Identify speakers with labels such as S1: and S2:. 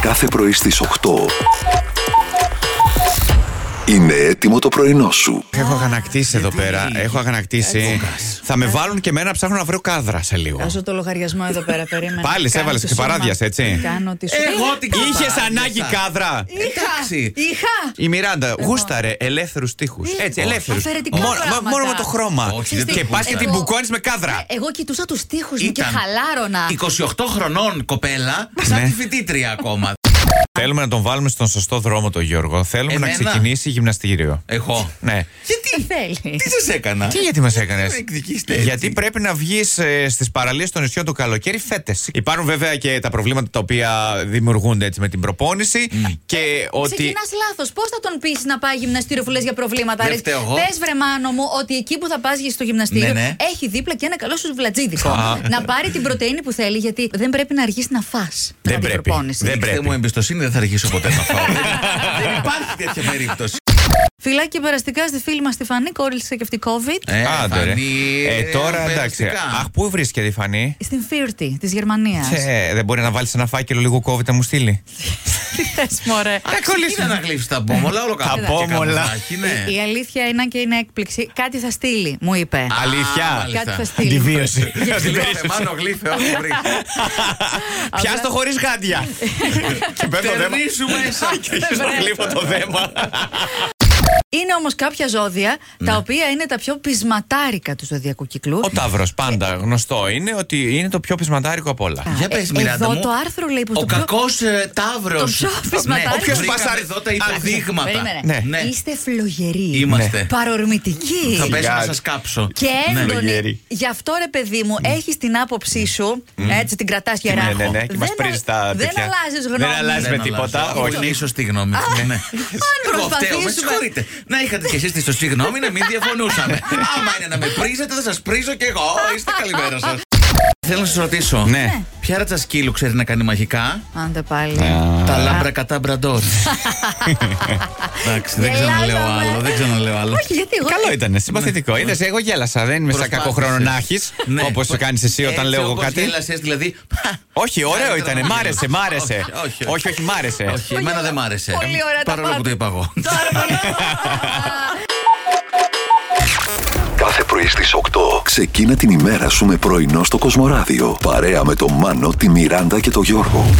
S1: κάθε πρωί στις 8. Είναι έτοιμο το πρωινό σου.
S2: Έχω αγανακτήσει εδώ πέρα. Έχω αγανακτήσει. Θα με βάλουν και μένα ψάχνω να βρω κάδρα σε λίγο.
S3: Βάζω το λογαριασμό εδώ πέρα, περίμενα.
S2: Πάλι σε
S3: Κάνω
S2: έβαλες
S3: τη
S2: και
S3: σούμα.
S2: παράδιασε, έτσι.
S3: Κάνω τη σούμα.
S4: Εγώ την
S2: Είχε
S4: κατάρα,
S2: ανάγκη
S4: Λίστα.
S2: κάδρα.
S4: Ε, Εντάξει.
S3: Είχα! Είχα!
S2: Η Μιράντα
S4: Λοιπόν.
S2: γούσταρε ελεύθερους τείχου. Έτσι, ελεύθερους.
S3: Αφαιρετικά πράγματα.
S2: Μόνο με το χρώμα.
S4: Ε, Όχι,
S3: Ξέρεις
S4: δεν
S3: τι,
S2: Και
S4: το Ε,
S2: πας και
S3: εγώ-
S2: την μπουκώνεις με κάδρα.
S3: Εγώ κοιτούσα τους τοίχου μου και
S4: Ήταν
S3: χαλάρωνα.
S4: 28 χρονών κοπέλα, σαν
S2: Ναι.
S4: τη φοιτήτρια ακόμα.
S2: Θέλουμε να τον βάλουμε στον σωστό δρόμο τον Γιώργο. Θέλουμε να
S4: ε. Εμένα?
S2: ξεκινήσει γυμναστήριο.
S4: Εγώ.
S2: Ναι.
S4: Γιατί,
S3: Θέλει.
S4: τι σας έκανα.
S2: Και γιατί μας έκανε.
S4: Ε, με εκδικήσετε έτσι.
S2: Γιατί πρέπει να βγεις στις παραλίες των νησιών το καλοκαίρι φέτες. Υπάρχουν βέβαια και τα προβλήματα τα οποία δημιουργούνται έτσι με την προπόνηση.
S4: Ναι.
S2: Και ότι.
S3: Ξεκινάς λάθος. Πώς θα τον πεις να πάει γυμναστήριο που λες για προβλήματα.
S4: Δεν φταίω εγώ.
S3: Πες βρε μάνο μου ότι εκεί που θα πας στο γυμναστήριο
S4: Ναι, ναι.
S3: έχει δίπλα και ένα καλό σου βλατζίδικο. να πάρει την πρωτενη που θέλει, γιατί δεν πρέπει να αργήσει να φά.
S2: Δεν πρέπει. Δεν
S4: Δείξτε
S2: πρέπει.
S4: μου εμπιστοσύνη, δεν θα αργήσω ποτέ να φάω. Δεν- Δεν υπάρχει τέτοια περίπτωση.
S3: Φιλάκι και περαστικά στη φίλη μας τη Φανή, κόρλησε και αυτή COVID.
S4: Ε,
S2: Άντε, ρε.
S4: Φανή,
S2: Ε, τώρα εντάξει.
S4: περαστικά.
S2: Αχ, πού βρίσκεται η Φανή.
S3: Στην Φίρτη της Γερμανίας.
S2: Ε, δεν μπορεί να βάλεις ένα φάκελο λίγο κόβεται μου στείλει.
S3: Τι θες,
S2: Ε,
S3: μωρέ.
S4: Εντάξει, κοίτα να γλύψεις τα πόμολα, όλο
S2: Τα
S4: καλά. ναι.
S2: πόμολα.
S4: Ε.
S3: Η- Η αλήθεια είναι και είναι έκπληξη. Κάτι θα στείλει, μου είπε.
S2: Αλήθεια.
S4: μάλιστα.
S3: Κάτι θα στείλει.
S2: Αντιβίωση.
S4: Γλύφε, μάνο γλύφε, όχι βρήκα.
S2: Πιάστο το χωρίς γάντια. και παίρνω το δέμα.
S4: Τερνίσου μέσα.
S2: Και στο γλύφω το δέμα.
S3: Είναι όμως κάποια ζώδια
S4: Ναι.
S3: τα οποία είναι τα πιο πεισματάρικα του ζωδιακού κύκλου.
S2: Ο Ταύρος πάντα γνωστό είναι ότι είναι το πιο πεισματάρικο απ' όλα.
S4: Για πες,
S3: Ε,
S4: Μιράντα
S3: εδώ
S4: μου.
S3: το άρθρο λέει πως
S4: Ο
S3: το πιο-
S4: κακός ε, ταύρος.
S3: Το πιο αφισματάρικο.
S2: Όποιος
S4: Όποιος
S2: πασάρει-
S4: πασάρει εδώ τα υποδείγματα.
S3: Περίμενε.
S2: Ναι.
S4: Ναι.
S3: Είστε φλογεροί.
S4: Είμαστε.
S3: Παρορμητικοί.
S4: Θα πέσω να
S2: Σιγά.
S4: σας κάψω.
S3: Και
S4: Ναι.
S3: έντονοι.
S2: Φλογεροί.
S3: Γι' αυτό ρε παιδί μου, έχεις την άποψή σου. Έτσι την κρατάς για
S2: Ναι, ναι, ναι. Και μας
S3: Δεν
S2: πρίζει τα
S3: Δεν
S2: τέτοια.
S3: αλλάζεις γνώμη.
S2: Δεν αλλάζεις με
S4: Δεν
S2: τίποτα.
S4: αλλάζω. Είναι
S2: Όχι.
S4: η σωστή γνώμη. Ναι, ναι. Εγώ φταίω, με
S3: προσπαθήσουμε.
S4: συγχωρείτε. Να είχατε κι εσείς τη σωστή γνώμη, να μην διαφωνούσαμε. Άμα είναι να με πρίζετε, θα σας πρίζω κι εγώ. Είστε καλημέρα σας. Θέλω να σας ρωτήσω.
S2: Ναι.
S4: Ποια ράτσα σκύλου ξέρει να κάνει μαγικά.
S3: Άντε πάλι.
S2: Ναι.
S4: Τα λάμπρα κατά μπραντόρ. Εντάξει, δεν
S3: Γελάζαμε.
S4: ξαναλέω άλλο. Δεν ξαναλέω άλλο.
S3: Όχι, γιατί εγώ.
S2: Καλό ήταν, συμπαθητικό. Είδες, εγώ γέλασα. Δεν είμαι σαν κακό
S4: Ναι. Προσπάθησες.
S2: χρόνο να έχεις,
S4: Ναι.
S2: όπως το κάνεις εσύ όταν
S4: Έτσι
S2: λέω εγώ
S4: όπως
S2: κάτι.
S4: γέλασες, δηλαδή.
S2: Όχι, ωραίο
S4: Καλύτερα
S2: ήταν.
S4: να
S2: Μ'
S4: μην
S2: άρεσε, μ'
S4: γέλασες.
S2: άρεσε.
S4: Όχι, όχι,
S2: Όχι, όχι, μ' άρεσε.
S4: Όχι, εμένα δεν μ' άρεσε.
S3: Πολύ ωραία τα
S4: Παρόλο που
S3: πάντα.
S4: το είπα εγώ.
S1: Κάθε πρωί στις 8. Ξεκίνα την ημέρα σου με πρωινό στο Κοσμοράδιο. Παρέα με τον Μάνο, τη Μιράντα και τον Γιώργο.